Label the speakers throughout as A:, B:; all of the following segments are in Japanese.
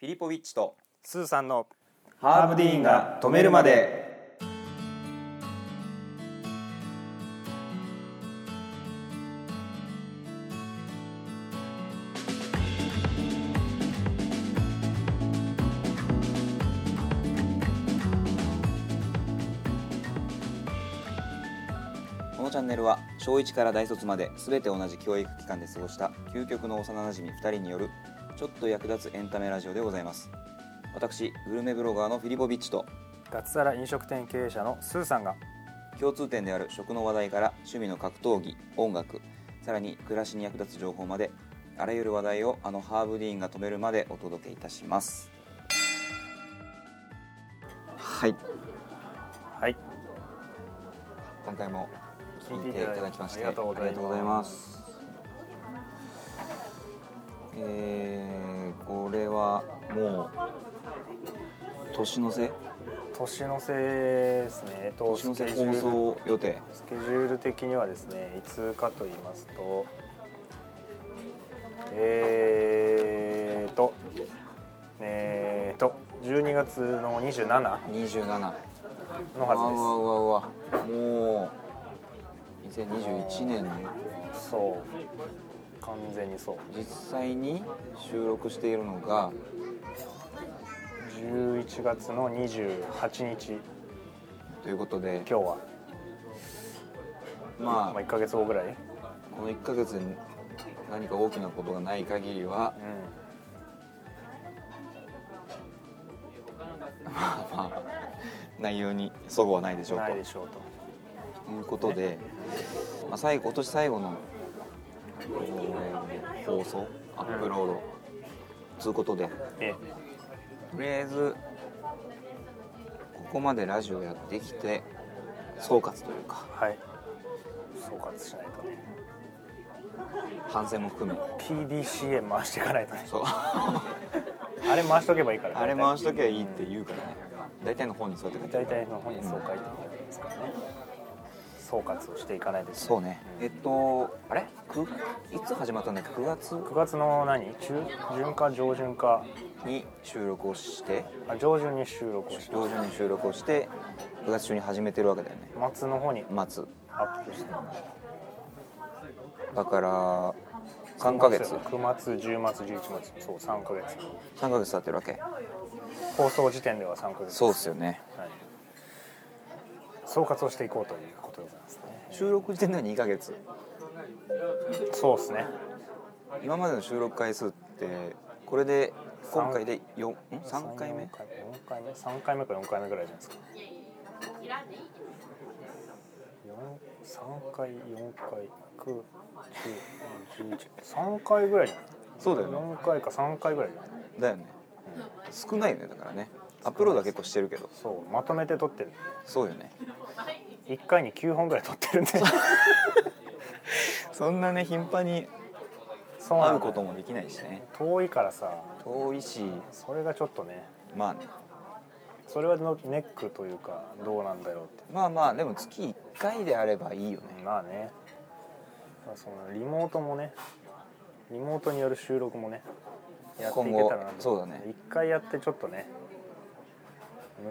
A: フィリポウィッチと
B: スーさんの
A: ハーブディーンが止めるまでこのチャンネルは小1から大卒まで全て同じ教育機関で過ごした究極の幼なじみ2人によるちょっと役立つエンタメラジオでございます私グルメブロガーのフィリポビッチと
B: 脱サラ飲食店経営者のスーさんが
A: 共通点である食の話題から趣味の格闘技音楽さらに暮らしに役立つ情報まであらゆる話題をあのハーブディーンが止めるまでお届けいたしますはい
B: はい
A: 今回も聞いていただきまして
B: ありがとうございます
A: すえー、これはもう年の瀬
B: 年の瀬ですね、えっと、
A: 年の瀬放送予定
B: スケジュール的にはですねいつかと言いますとえーとえーと12月の27
A: 27
B: の
A: うわう
B: は
A: わうわうわもう2021年
B: ずですそう完全にそう
A: 実際に収録しているのが
B: 11月の28日
A: ということで
B: 今日は、ま
A: ま
B: あ、1か月後ぐらい、
A: あこの1ヶ月に何か大きなことがない限りは
B: う
A: まあまあ内容にそごはないでしょ
B: ん、
A: う
B: ない
A: と
B: でしょうと
A: いうことで、まあ、最後今年最後の、えー放送アップロードということで
B: え
A: とりあえずここまでラジオやってきて総括というか
B: はい総括しないとね
A: 反省も含め
B: PDCA 回していかないとね
A: そう
B: あれ回しとけばいいか ら
A: あれ回しときゃいいっ
B: う
A: て言うからね大体の本にそうやって書いてあ
B: 大
A: る
B: 体の本にそう書いてあるんですからね総括をしていかないとですね
A: そうねえっとあれくいつ始まったんだっけ9月
B: 9月の何中旬か上旬か
A: に収録をして
B: あ上旬に収録をして
A: 上旬に収録をして9月中に始めてるわけだよね
B: 松の方に
A: 末
B: アップして
A: だから3ヶ月
B: 9月10月11月そう3ヶ月
A: 3ヶ月経ってるわけ
B: 放送時点では3ヶ月
A: そうっすよね
B: はい、総括をしていこうということでございますね
A: 収録時点では2ヶ月
B: そうですね
A: 今までの収録回数ってこれで今回でよん3回目
B: 4回目3回目か4回目ぐらいじゃないですか3回4回91011 3回ぐらいじゃない
A: そうだよね
B: 4回か3回ぐらいじゃない
A: だよね少ないねだからねアップロードは結構してるけど
B: そうまとめて撮ってる
A: そうよね
B: 1回に9本ぐらい撮ってるんで
A: そんなね頻繁に
B: そうな
A: 会
B: の
A: うこともできないしね
B: 遠いからさ
A: 遠いし
B: それがちょっとね
A: まあね
B: それはのネックというかどうなんだろうって
A: まあまあでも月1回であればいいよね
B: まあねまあそのリモートもねリモートによる収録もねやっていけたらな
A: 今後そうだね
B: 一回やってちょっとね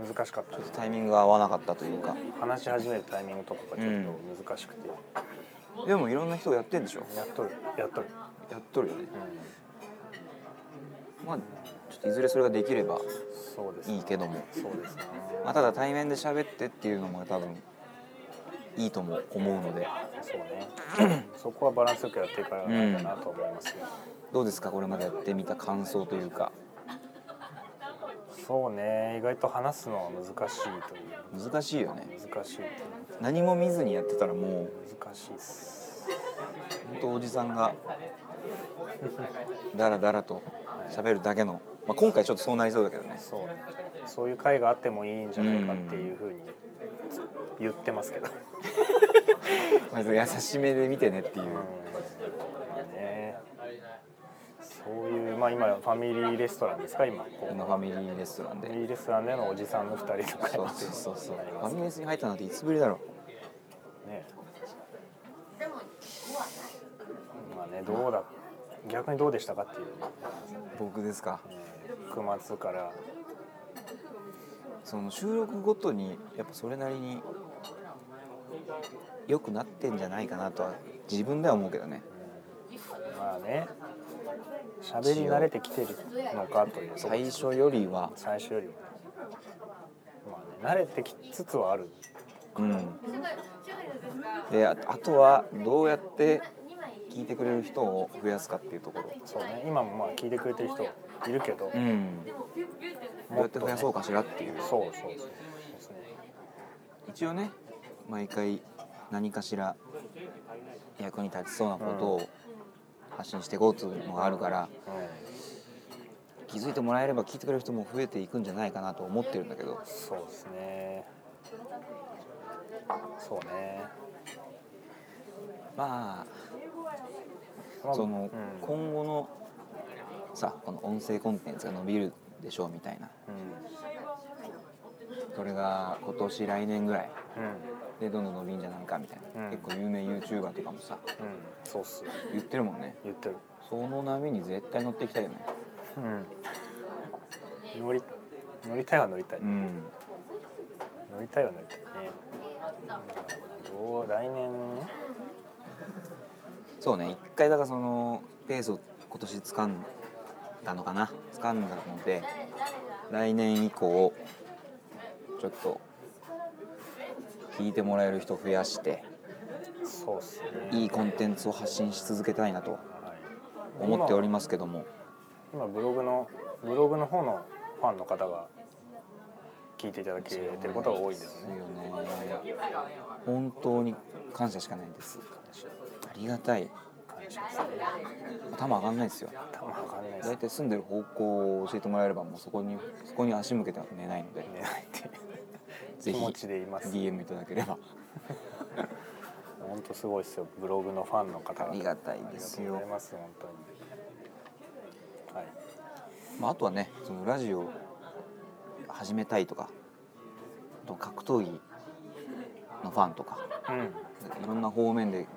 B: 難しかったね
A: タイミングが合わなかったというか
B: 話し始めるタイミングとかがちょっと難しくて、
A: でもいろんな人がやってんでしょ
B: やっとるやっとる、
A: やっとるよね
B: うん、
A: まあちょっといずれそれができれば
B: そうですね
A: いいけども、
B: そうですね
A: まあ、ただ対面で喋ってっていうのも多分いいとも思うので
B: そうね そこはバランスよくやっていかないかなと思いますね、
A: どうですかこれまでやってみた感想というか
B: そうね意外と話すのは難しいという
A: 難しいよね
B: 難しいという
A: 何も見ずにやってたらも
B: 難しいっす
A: う本当おじさんがダラダラと喋るだけの、まあ、今回ちょっとそうなりそうだけどね
B: そうねそういう会があってもいいんじゃないかっていうふうに言ってます けど、
A: まず優しめで見てねっていう
B: うんね、そういう、まあ、今ファミリーレストランですか今こう
A: この
B: フ
A: ファミリーレストラン
B: ァ
A: で
B: ミリーレストランでのおじさんの2人とか
A: そうそうそうそう
B: なり
A: フ
B: ま
A: ァ
B: す
A: ミレスに入ったなんていつぶりだろ
B: ねまあねどうだ逆にどうでしたかっていう
A: う僕ですか
B: うん熊津から
A: その収録ごとにやっぱそれなりに良くなってんじゃないかなとは自分では思うけどね
B: まあね喋り慣れてきてるのかというとこ
A: 最初よりは
B: 最初よりもまあね慣れてきつつはある
A: うんでああとはどうやって聞いてくれる人を増やすかっていうところ
B: そうね今もまあ聞いてくれてる人いるけど、
A: うんどうやって増やそうかしらっていう
B: そうそうそうそうですね
A: 一応ね毎回何かしら役に立ちそうなことを発信していこうっていうのがあるから
B: うん
A: 気づいてもらえれば聞いてくれる人も増えていくんじゃないかなと思ってるんだけど
B: そうですねそうね
A: まあ
B: まあ
A: その
B: うん
A: 今後のさこの音声コンテンツが伸びるでしょうみたいなそれが今年来年ぐらい
B: うんうん
A: でどんどん伸びんじゃないかみたいな、
B: うん
A: 結構有名 YouTuber とかもさ
B: うんそうっすよ
A: 言ってるもんね
B: 言ってる
A: その波に絶対乗っていきたいよね
B: うん乗り乗りたいは乗りたい、
A: うん
B: 乗りたいは乗りたいねどう来年ね
A: そうね一回だからそのペースを今年掴んだのかな掴んだので来年以降ちょっと聞いてもらえる人を増やして
B: そうっすね
A: いいコンテンツを発信し続けたいなと
B: はい
A: 思っておりますけども
B: 今ブログのブログの方のファンの方が聞いていただけてることが多いんですね
A: ですよね本当に感謝しかないですありがたい
B: 感謝ですね
A: 頭上がんないですよ
B: たまわかんないです
A: 大
B: ね
A: 体住んでる方向を教えてもらえればもうそこにそこに足向けては寝ないので
B: 寝ないって
A: ぜひ
B: 気持ちでいます
A: DM いただければ
B: 本当すごいですよブログのファンの
A: あ
B: 方
A: りがたいです
B: ありがとうご
A: よ
B: ざい、ます本当にはい
A: まあ、あとはねそのラジオ始めたいとかあと格闘技のファンとか
B: うん
A: いろんな方面で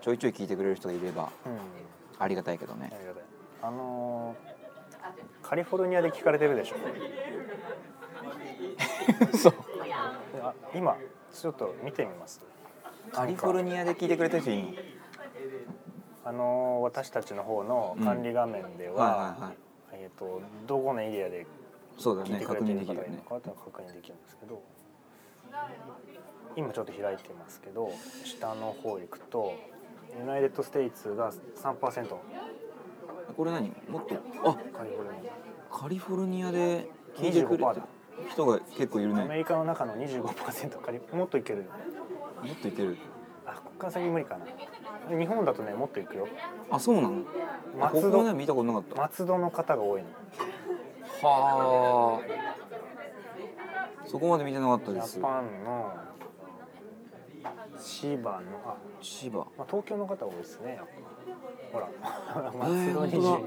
A: ちょいちょい聞いてくれる人がいれば
B: うん
A: ありがたいけどね
B: ありがたいあのーカリフォルニアで聞かれてるでしょ
A: そう
B: あ今ちょっと見てみます
A: カリフォルニアで聞いてくれた人いいの
B: あのー私たちの方の管理画面で
A: はい
B: は、
A: はいはい
B: えー、とどこのエリアで
A: そうだよ
B: 聞い
A: ね
B: てくれ
A: 確
B: て
A: 認で
B: る
A: き
B: 方
A: る
B: が
A: よ
B: いるの
A: ね
B: かっていうのは確認できるんですけど今ちょっと開いてますけど下の方行くとユナイテッド・ステイツが3%
A: これ何もっとあ
B: カリフォルニ
A: カリフォルニアで聞いてくれてる人が結構いる
B: アアメ
A: ね
B: リカの中の25%カリもっといける
A: もっといける
B: あこっから先無理かな日本だとねもっといくよ
A: あそうなのあこ
B: 松
A: こまで
B: 戸
A: 見たことなかった
B: 松戸の方が多いの
A: はあそこまで見てなかった
B: ジ
A: です
B: ャパンの千葉のあ、
A: 千葉
B: まあ、東京の方多いですねやっぱほら 松
A: ー
B: 戸
A: 本当だ
B: 22%、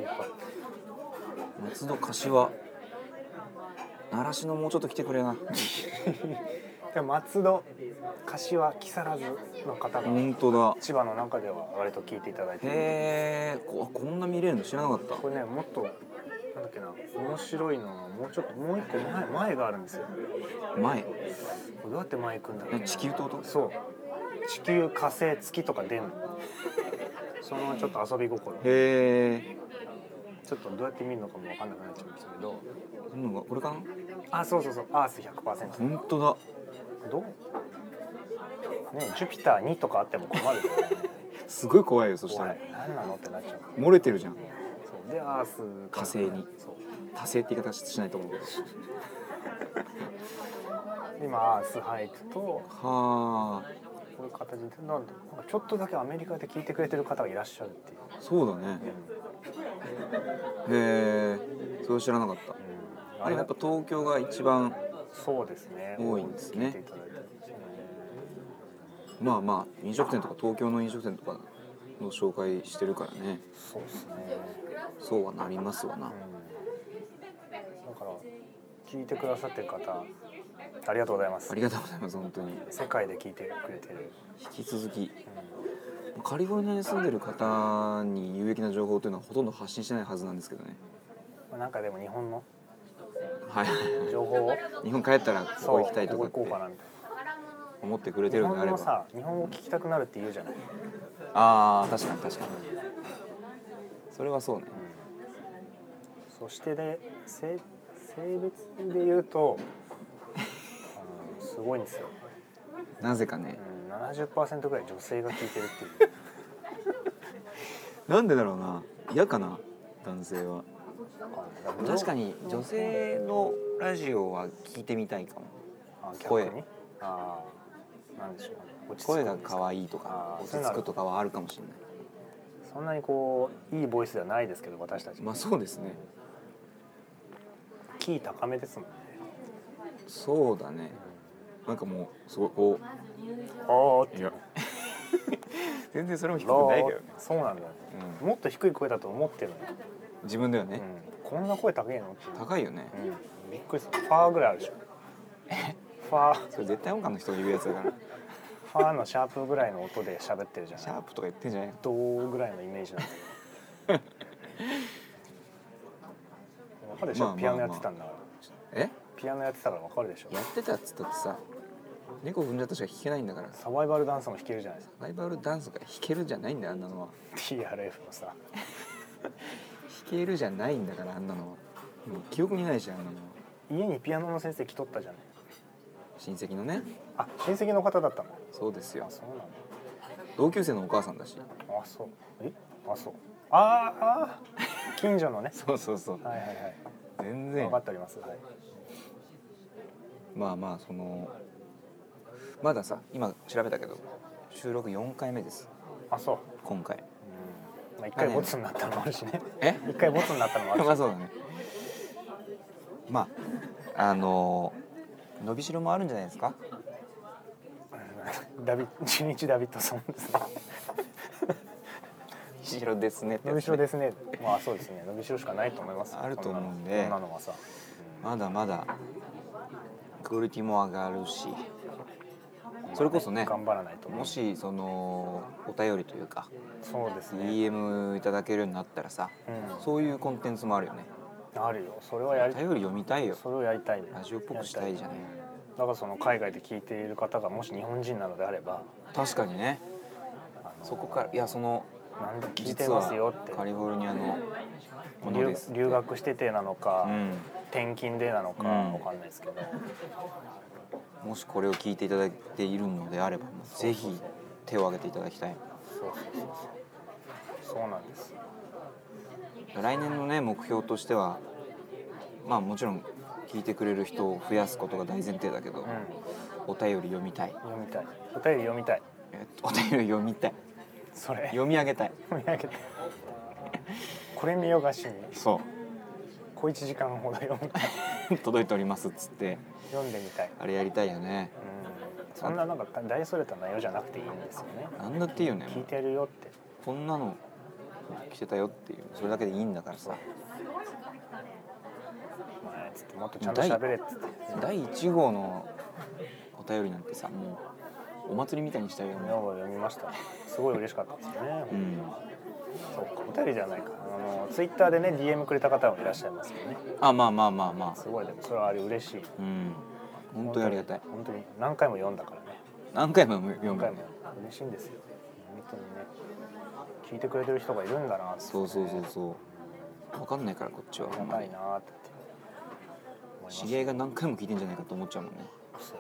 A: 松戸柏習志野もうちょっと来てくれな
B: でも松戸柏木更津の方が
A: 本当だ
B: 千葉の中では割と聞いていただいてる
A: へえここんな見れるの知らなかった
B: これねもっとなんだっけな面白いのはもうちょっともう一個前前があるんですよ
A: 前
B: これどうやって前行くんだろう
A: え地球ってこと
B: そう地球火星月とか出んのそのちょっと遊び心
A: へえ
B: ちょっとどうやって見るのかも分かんなくなっちゃうんですけど
A: これかな
B: あそうそうそうアース100%
A: 本当だ
B: どうねジュピター2とかあっても困るよね
A: すごい怖いよそした
B: 怖
A: ら
B: い何なのってなっちゃう
A: 漏れてるじゃん
B: そうでアース
A: 火
B: から
A: 星に
B: そう
A: 多星って言い方しないと思うけど
B: 今アース入ってとこ
A: は
B: ういう形でなんかちょっとだけアメリカで聞いてくれてる方がいらっしゃるっていう、
A: あそうだねへえそれ知らなかった
B: うん
A: あれやっぱ東京が一番
B: そうですね
A: 多いんですね
B: 聞いていただいてますね
A: まあまあ飲食店とか東京の飲食店とかの紹介してるからね
B: そうですね、
A: そうはなりますわ
B: う、
A: なん
B: だから聞いてくださってる方ありがとうございます
A: ありがとうございます本当に
B: 世界で聞いてくれてる、
A: 引き続き
B: う
A: カリフォルニアに住んでる方に有益な情報というのはほとんど発信してないはずなんですけどね
B: んなんかでも日本の
A: はい
B: 情報を
A: 日本帰ったらここ行きたいとか
B: そう
A: っ
B: ここ行こうか
A: て
B: なみたい
A: 思ってくれて
B: な日
A: るんであ
B: 本
A: れば
B: のさ日本語聞きたくなるって言うじゃない、
A: ああ確かに確かにそれはそうね
B: そしてで性性別で言うとあのすごいんですよ、
A: なぜかね
B: うん、70%ぐらい女性が聞いてるっていう
A: なんでだろうな嫌かな男性は
B: あの
A: 確かに女性のラジオは聞いてみたいかも
B: あ
A: 声
B: 逆にああなんでしょうね落ち着くん
A: 声
B: ですか
A: が可愛いとか
B: あー
A: 落ち着くとかはあるかもしれない
B: そんなにこういいボイスではないですけど私たち、
A: まあそうですね
B: キー高めですもんね、
A: そうだねなんかもうすごいこ
B: おーっ
A: う
B: て
A: いや 全然それも低く
B: ロ
A: ないけ
B: ー
A: どね、
B: そうなんだよね
A: う
B: もっと低い声だと思ってるのよ、
A: ん、自分では
B: う
A: ね、
B: ん、こんな声高いのっていう
A: 高いよね
B: うん、びっくりするファーぐらいあるでしょファー
A: それ絶対音感の人が言うやつだから
B: ファーのシャープぐらいの音で喋ってるじゃ
A: シ
B: ない
A: ャープとか言ってんじゃない
B: ドーぐらいのイメージなんだけどわかるでしょ、
A: まあまあまあ
B: ピアノやってたんだから
A: え
B: ピアノやってたからわかるでしょ
A: やってたっつったってさ猫踏んじゃったしか弾けないんだから
B: サバイバルダンスも弾けるじゃないですか
A: ライバルダンスが弾けるんじゃないんだよあんなのは
B: TRF のさ
A: 弾けるじゃないんだからあんなのはもう記憶にないしあんなのは
B: 家にピアノの先生来とったじゃない
A: 親戚のね
B: あ親戚の方だったの
A: そうですよ
B: あそうなんだ
A: 同級生のお母さんだし
B: あそうえあそうあーあー近所のね
A: そうそうそう
B: はいはいはい
A: 全
B: 分
A: 然
B: かっております、はい、
A: まあまあそのまださ今調べたけど収録4回目です
B: あそう
A: 今回
B: うんまあ一回ボツになったのもあるしね
A: え
B: 一回ボツになったのもあるし
A: まあそうだねまああの伸びしろもあるんじゃないですか
B: ダビ中日ダビッドソンですね
A: 伸びしろですねってやつ
B: 伸
A: ね
B: びしろですねまあそうですね伸びしろしかないと思いますよ
A: あると思うんで
B: こんなのこんなのはさ
A: まだまだクオリティも上がるしそれこそね
B: 頑張らないと
A: もしそのお便りというか
B: そうですね
A: DM いただけるようになったらさ
B: うん
A: そういうコンテンツもあるよね
B: あるよそれはやり
A: 頼り読みたいよ
B: それをやりたいね
A: ラジオっぽくしたいじゃない
B: だからその海外で聞いている方がもし日本人なのであれば
A: 確かにね
B: あの
A: そこからいやその
B: なんで聞いて
A: 実
B: ま
A: は
B: すよって
A: カリフォルニアのもの
B: 留
A: です
B: 留学しててなのか、
A: うん
B: 転勤でなのか
A: うん
B: わかんないですけど、
A: もしこれを聞いていただいているのであればもうぜひ手を挙げていただきたい
B: そうそうそうそうそうなんです
A: 来年のね目標としてはまあもちろん聞いてくれる人を増やすことが大前提だけど、
B: うん
A: お便り読みたい、
B: 読みたいお便り読みたい
A: えっと、 お便り読みたい
B: それ
A: 読み上げたい
B: 読み上げてこれ見よがしに
A: そ
B: 小1時間ほど読みたい う
A: 届いておりますっつって
B: 読んでみたい、
A: あれやりたいよね
B: うん、そんななんか大それた内容じゃなくていいんですよね
A: なんだっていいよね
B: 聞いてるよって
A: こんなの着てたよっていうそれだけでいいんだからさ
B: お前つってもっとちゃんと喋れっつって
A: 第1号のお便りなんてさもうお祭りみたいにしたいよね
B: 女房読みましたすごい嬉しかったですよね、
A: うん
B: そうかお便りじゃないかあのツイッターでね DM くれた方もいらっしゃいますよね
A: あまあまあまあますあ
B: ごいでもそれはあれ嬉しい
A: うん本当にありがたい
B: 本当に何回も読んだからね
A: 何回も読
B: 何
A: む
B: 回も嬉しいんですよ本当にね聞いてくれてる人がいるんだなって
A: そうそうそうそう分かんないからこっちは
B: あ
A: ほ
B: り
A: ん
B: が
A: ま
B: たい
A: に
B: なーって思います
A: 知り合いが何回も聞いてんじゃないかと思っちゃうもんね
B: そう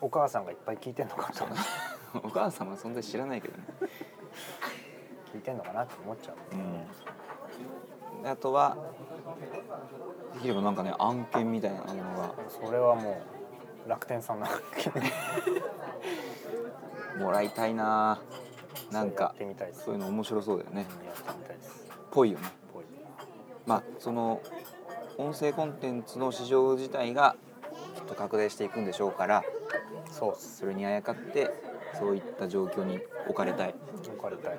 B: お母さんがいっぱい聞いてんのかと思って
A: お母様は存在知らないけどね
B: 聞いてんのかなって思っちゃう
A: うんあとはできればなんかね案件みたいなのが
B: それはもう楽天さんの発見
A: もらいたいななん
B: や
A: か
B: ってみたいです
A: そういうの面白そうだよね
B: うんやってみたいです
A: ぽいよね
B: ぽい
A: まあその音声コンテンツの市場自体がきっと拡大していくんでしょうから
B: そうっす
A: それにあやかってそういった状況に置かれたい
B: 置かれたい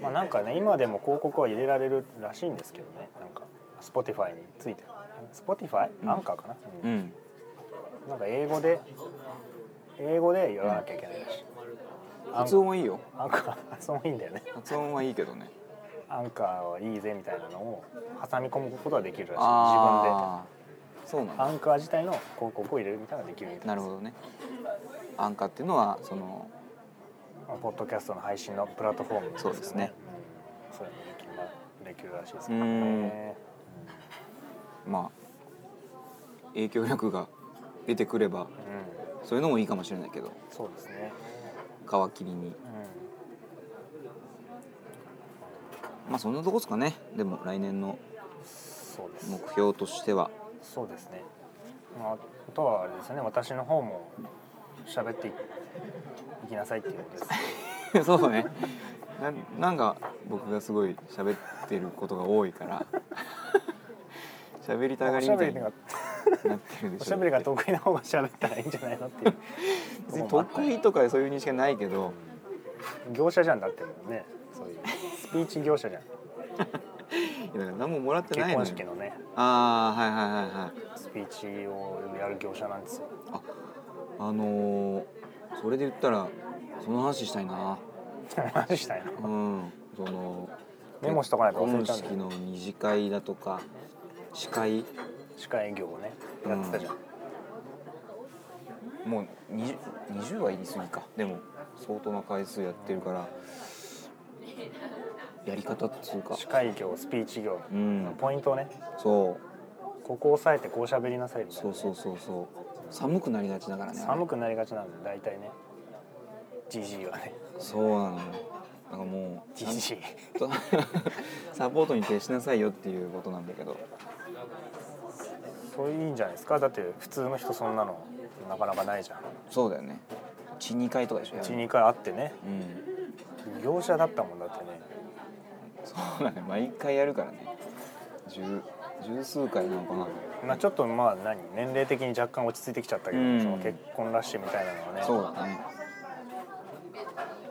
B: まあなんかね今でも広告は入れられるらしいんですけどねなんか Spotify について Spotify?
A: ん
B: アンカーかな、う
A: うんん
B: なんか英語で英語でやらなきゃいけないらしいアン
A: 発音はいいよ
B: アンカーそういいんだよね
A: 発音はいいけどね
B: アンカーはいいぜみたいなのを挟み込むことはできるらしい自
A: あーそうなん
B: 分でア
A: だ
B: ンカー自体の広告を入れるみたいなのができるみたい
A: なるほどねアンカーっていうのはその
B: まあポッドキャストの配信のプラットフォーム
A: そうですね
B: うんそういうのできるまできるらしいです
A: う
B: ね
A: んまあ影響力が出てくれば
B: うん、
A: そういうのもいいかもしれないけど
B: そうですね
A: 皮切りに
B: う
A: まあそんなとこですかねでも来年の
B: んそうです
A: 目標としては
B: そうですね、まあ、あとはあれですね私の方も喋っていいきなさいってい うことです
A: そうねななんか僕がすごい喋ってることが多いから喋りたがりみ
B: おしたゃべ
A: い
B: り
A: に
B: が
A: なってるでしょ
B: おしゃべりが得意な方が喋ったらいいんじゃないのっていう
A: 別に得意とかそういう認識はないけど
B: 業者じゃんだってもうねそういうスピーチ業者じゃん
A: いやだから何ももらって
B: 結
A: ないの
B: 婚
A: よ
B: 式のね
A: ああはいはいはいはい
B: スピーチをやる業者なんですよ
A: あのー、それで言ったらその話したいな
B: 話したいの
A: うんその
B: メモしとかないと忘れ
A: 結
B: ちゃ
A: 婚
B: うんだ
A: 式
B: よ
A: の二次会だとか司会
B: 歯科営業をねやってたじゃん、
A: もう 20, 20は言い過ぎかでも相当な回数やってるからやり方っつうか
B: 歯科営業スピーチ業、
A: うん
B: ポイントをね
A: そう
B: ここを押さえてこう喋りなさいみたいな
A: そ
B: ね、
A: うそうそうそう寒くなりがちだからね
B: 寒くなりがちなんで大体ねじじいはね
A: そうなのよだからもう
B: じじい
A: と サポートに徹しなさいよっていうことなんだけど
B: そういいんじゃないですかだって普通の人そんなのなかなかないじゃん
A: そうだよね12回とかでしょやるの
B: 12回会ってね
A: うん
B: 業者だったもんだってね
A: そうだね毎回やるからね十十数回なのかな
B: まあちょっとまあ何年齢的に若干落ち着いてきちゃったけど、
A: うん
B: その結婚ラッシュみたいなのはね
A: そうだね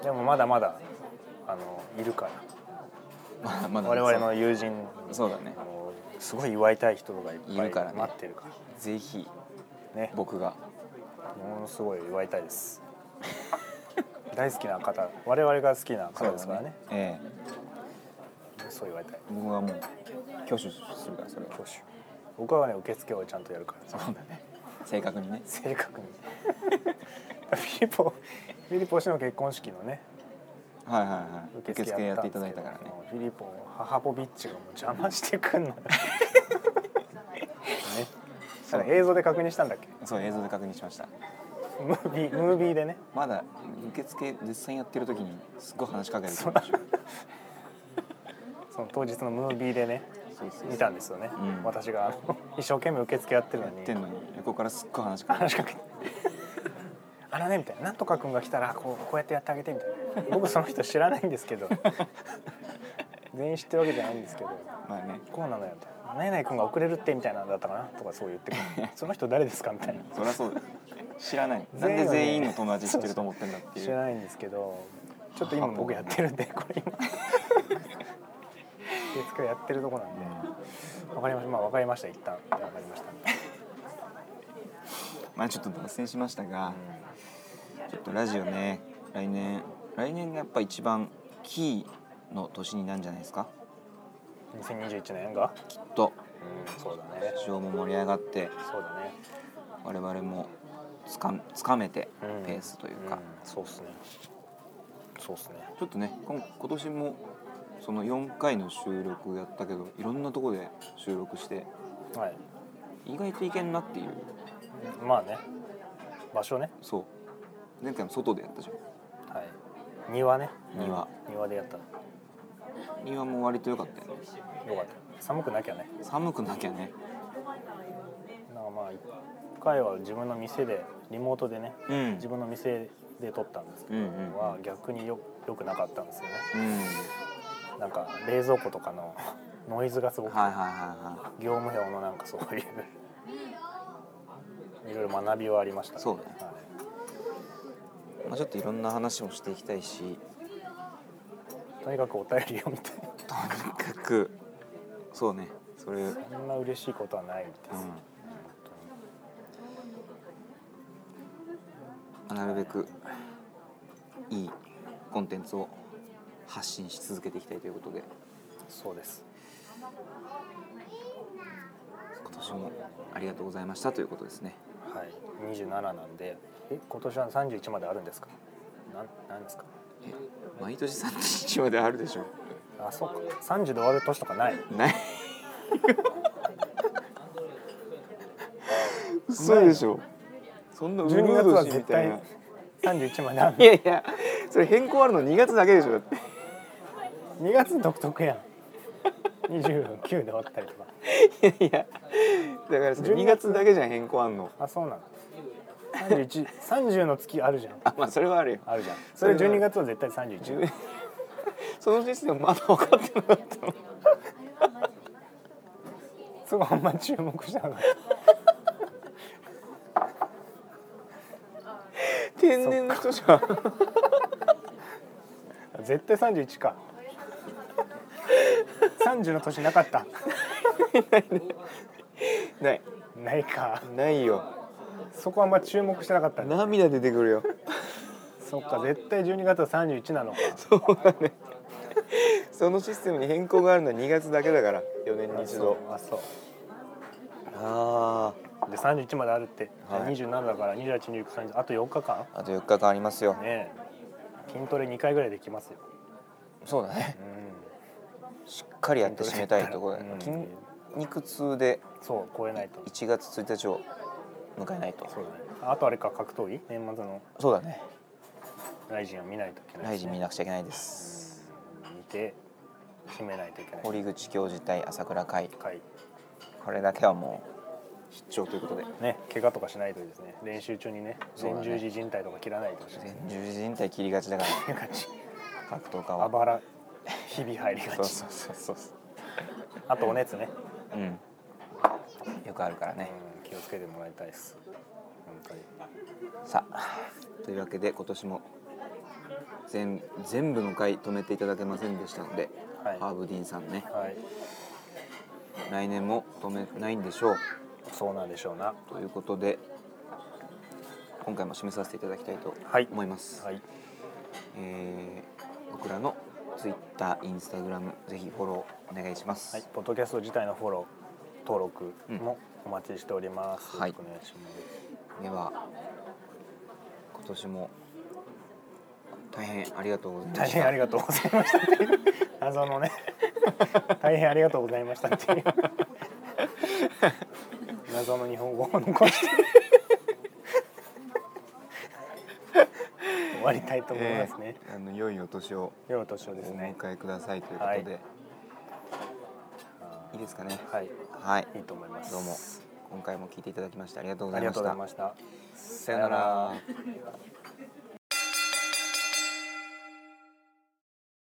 B: でもまだまだあのいるから
A: まあまだ
B: 我々の友人
A: そうだね
B: あのすごい祝いたい人がいっぱい
A: いるからね
B: 待ってるか
A: ぜひ
B: らね
A: 僕が
B: ものすごい祝いたいです 大好きな方我々が好きな方ですからね
A: そうだねえ
B: そう祝いたい
A: え僕はもう挙手するからそれは
B: 挙手僕はね受付をちゃんとやるから
A: そうだね正確にね
B: 正確に フィリポフィリポ氏の結婚式のね
A: はいはいはい受付やっていただいたからね
B: フィリポ母ポビッチがもう邪魔して くんのねただ映像で確認したんだっけ
A: そう映像で確認しました
B: ムービームービーでね
A: まだ受付実際やってる時にすっごい話しかけてく
B: そ
A: る
B: のその当日のムービーでね
A: そうそうそう
B: 見たんですよね、
A: うん
B: 私があの一生懸命受付やってるの
A: やっ
B: に
A: てんのに横からすっごい話しかけ
B: 話
A: て
B: しかけて 「あのね」みたいな「なんとか君が来たらこうこうやってやってあげて」みたいな「僕その人知らないんですけど全員知ってるわけじゃないんですけど
A: まあね
B: こうなのよ」みたいな「何々君が遅れるって」みたいなんだったかなとかそう言ってく る「その人誰ですか?」みたいな
A: そりゃそうだよ知らないな
B: 全
A: ん
B: 員はね
A: で全員の友達知ってると思ってんだって
B: 「
A: い
B: 知
A: う
B: らないんですけどちょっと今僕やってるんでこれ今月曜やってるとこなんで「わかりましたまあわかりました一旦わかりました」みたいな
A: まあちょっと脱線しましたが、ちょっとラジオね来年来年がやっぱ一番キーの年になるんじゃないですか
B: 2021年が
A: きっと
B: うんそうだね
A: 市場も盛り上がって
B: そうだね
A: 我々もつかつかめて
B: うん
A: ペースというか、
B: うんそうっすねそうっすね
A: ちょっとね今今年もその4回の収録やったけどいろんなとこで収録して
B: はい
A: 意外といけんなっていう
B: まあね場所ね
A: そう前回も外でやったじゃん
B: はい庭ね
A: 庭
B: 庭でやったよ
A: 庭も割と良かったよね
B: かった寒くなきゃね
A: 寒くなきゃね
B: なんかまあ一回は自分の店でリモートでね
A: うん
B: 自分の店で撮ったんですけ
A: うんうん
B: どは逆によよくなかったんですよね
A: うん
B: なんか冷蔵庫とかの ノイズがすごく
A: はいはいはいはい
B: 業務用のなんかそういう いろいろ学びはありました
A: そうね
B: はい
A: まあ、ちょっといろんな話もしていきたいし
B: とにかくお便りを見て
A: とにかくそうねそれ、うん、
B: そんな嬉しいことはないです、本
A: なるべくいいコンテンツを発信し続けていきたいということで
B: 当そうです
A: 今年もありがとうございましたということですね
B: はい27なんでえ今年は31まであるんですかなんなんですか
A: え毎年3日まであるでしょ
B: あそうか30で終わる年とかない
A: ない 嘘でしょそんなうる
B: 12月
A: う
B: は
A: 年み
B: 絶
A: たい
B: 対
A: な
B: 31まである
A: いやいやそれ変更あるの2月だけでしょだって
B: 2月独特やん29で終わったりとか
A: いやいやだからそれ2月だけじゃん変更あんの
B: あそうなの31 30の月あるじゃん
A: あまあそれはあるよ
B: あるじゃんそれ12月は絶対31
A: そのシステムまだ分かってなかったの
B: そこあんま注目してなかった
A: 天然の人じゃん
B: 絶対三十一か。三十の年なかった。
A: ない
B: ないか。
A: ないよ
B: そこはあんま注目してなかったんだ。
A: 涙出てくるよ
B: そっか、絶対十二月は三十一なのか。
A: そうだねそのシステムに変更があるのは2月だけだから4年に一度
B: あ、そう。
A: あ
B: で、三十一まであるって、
A: はい
B: 二十七だから、二十八、二十九、三十、あと四日間。
A: ああと4日間ありますよ
B: ねえ。筋トレ二回ぐらいできますよ。
A: そうだね
B: うん。
A: しっかりやって締めたいところだ
B: う
A: ね
B: ん
A: 筋肉痛で
B: そう、超えないと。
A: 1月1日を迎えないと
B: そうだね。あとあれか、格闘技、年末の
A: そうだね
B: ライジンを見ないといけない
A: ライ
B: です
A: ジ
B: ね、
A: ン見なくちゃいけないです
B: うん見て。決めないといけない。
A: 堀口教授対朝倉海
B: はい。
A: これだけはもう必聴ということで
B: ね、怪我とかしないとですね練習中にね
A: そうだ
B: 前
A: ね
B: 十字靭帯とか切らないとし
A: 前十字靭帯切りがちだから
B: て
A: 格闘家
B: あ
A: は
B: ばら日々入りが
A: そう
B: ち
A: そうそうそう
B: あとお熱ね、
A: うんよくあるからね
B: うん、気をつけてもらいたいです本当に
A: さあというわけで今年も全全部の回止めていただけませんでしたので、
B: はい
A: ハーブディーンさんね
B: はい
A: 来年も止めないんでしょう
B: そうなんでしょうな
A: ということで今回も締めさせていただきたいと
B: はい
A: 思います、
B: はい
A: えー僕らの Twitter、Instagram ぜひフォローお願いします、
B: はいポッドキャスト自体のフォロー登録
A: うん
B: もお待ちしております、
A: はい
B: よろしくお願いしま
A: では今年も大変ありがとうございますし
B: 大変あ
A: た
B: りがとうございましたっていう謎のね大変ありがとうございましたっていう謎の日本語を残して終わりたいと思いますね。
A: えーあの良いお年を
B: 良いお年を
A: お
B: ですね。
A: 迎えくださいということで、
B: は
A: い、
B: い
A: いですかね
B: はい、
A: はい
B: いいと思います。
A: どうも今回も聞いていただきましてありがとうご
B: あ
A: ざい
B: りが
A: ま
B: とう
A: し
B: ござ
A: た
B: いました。
A: さよなら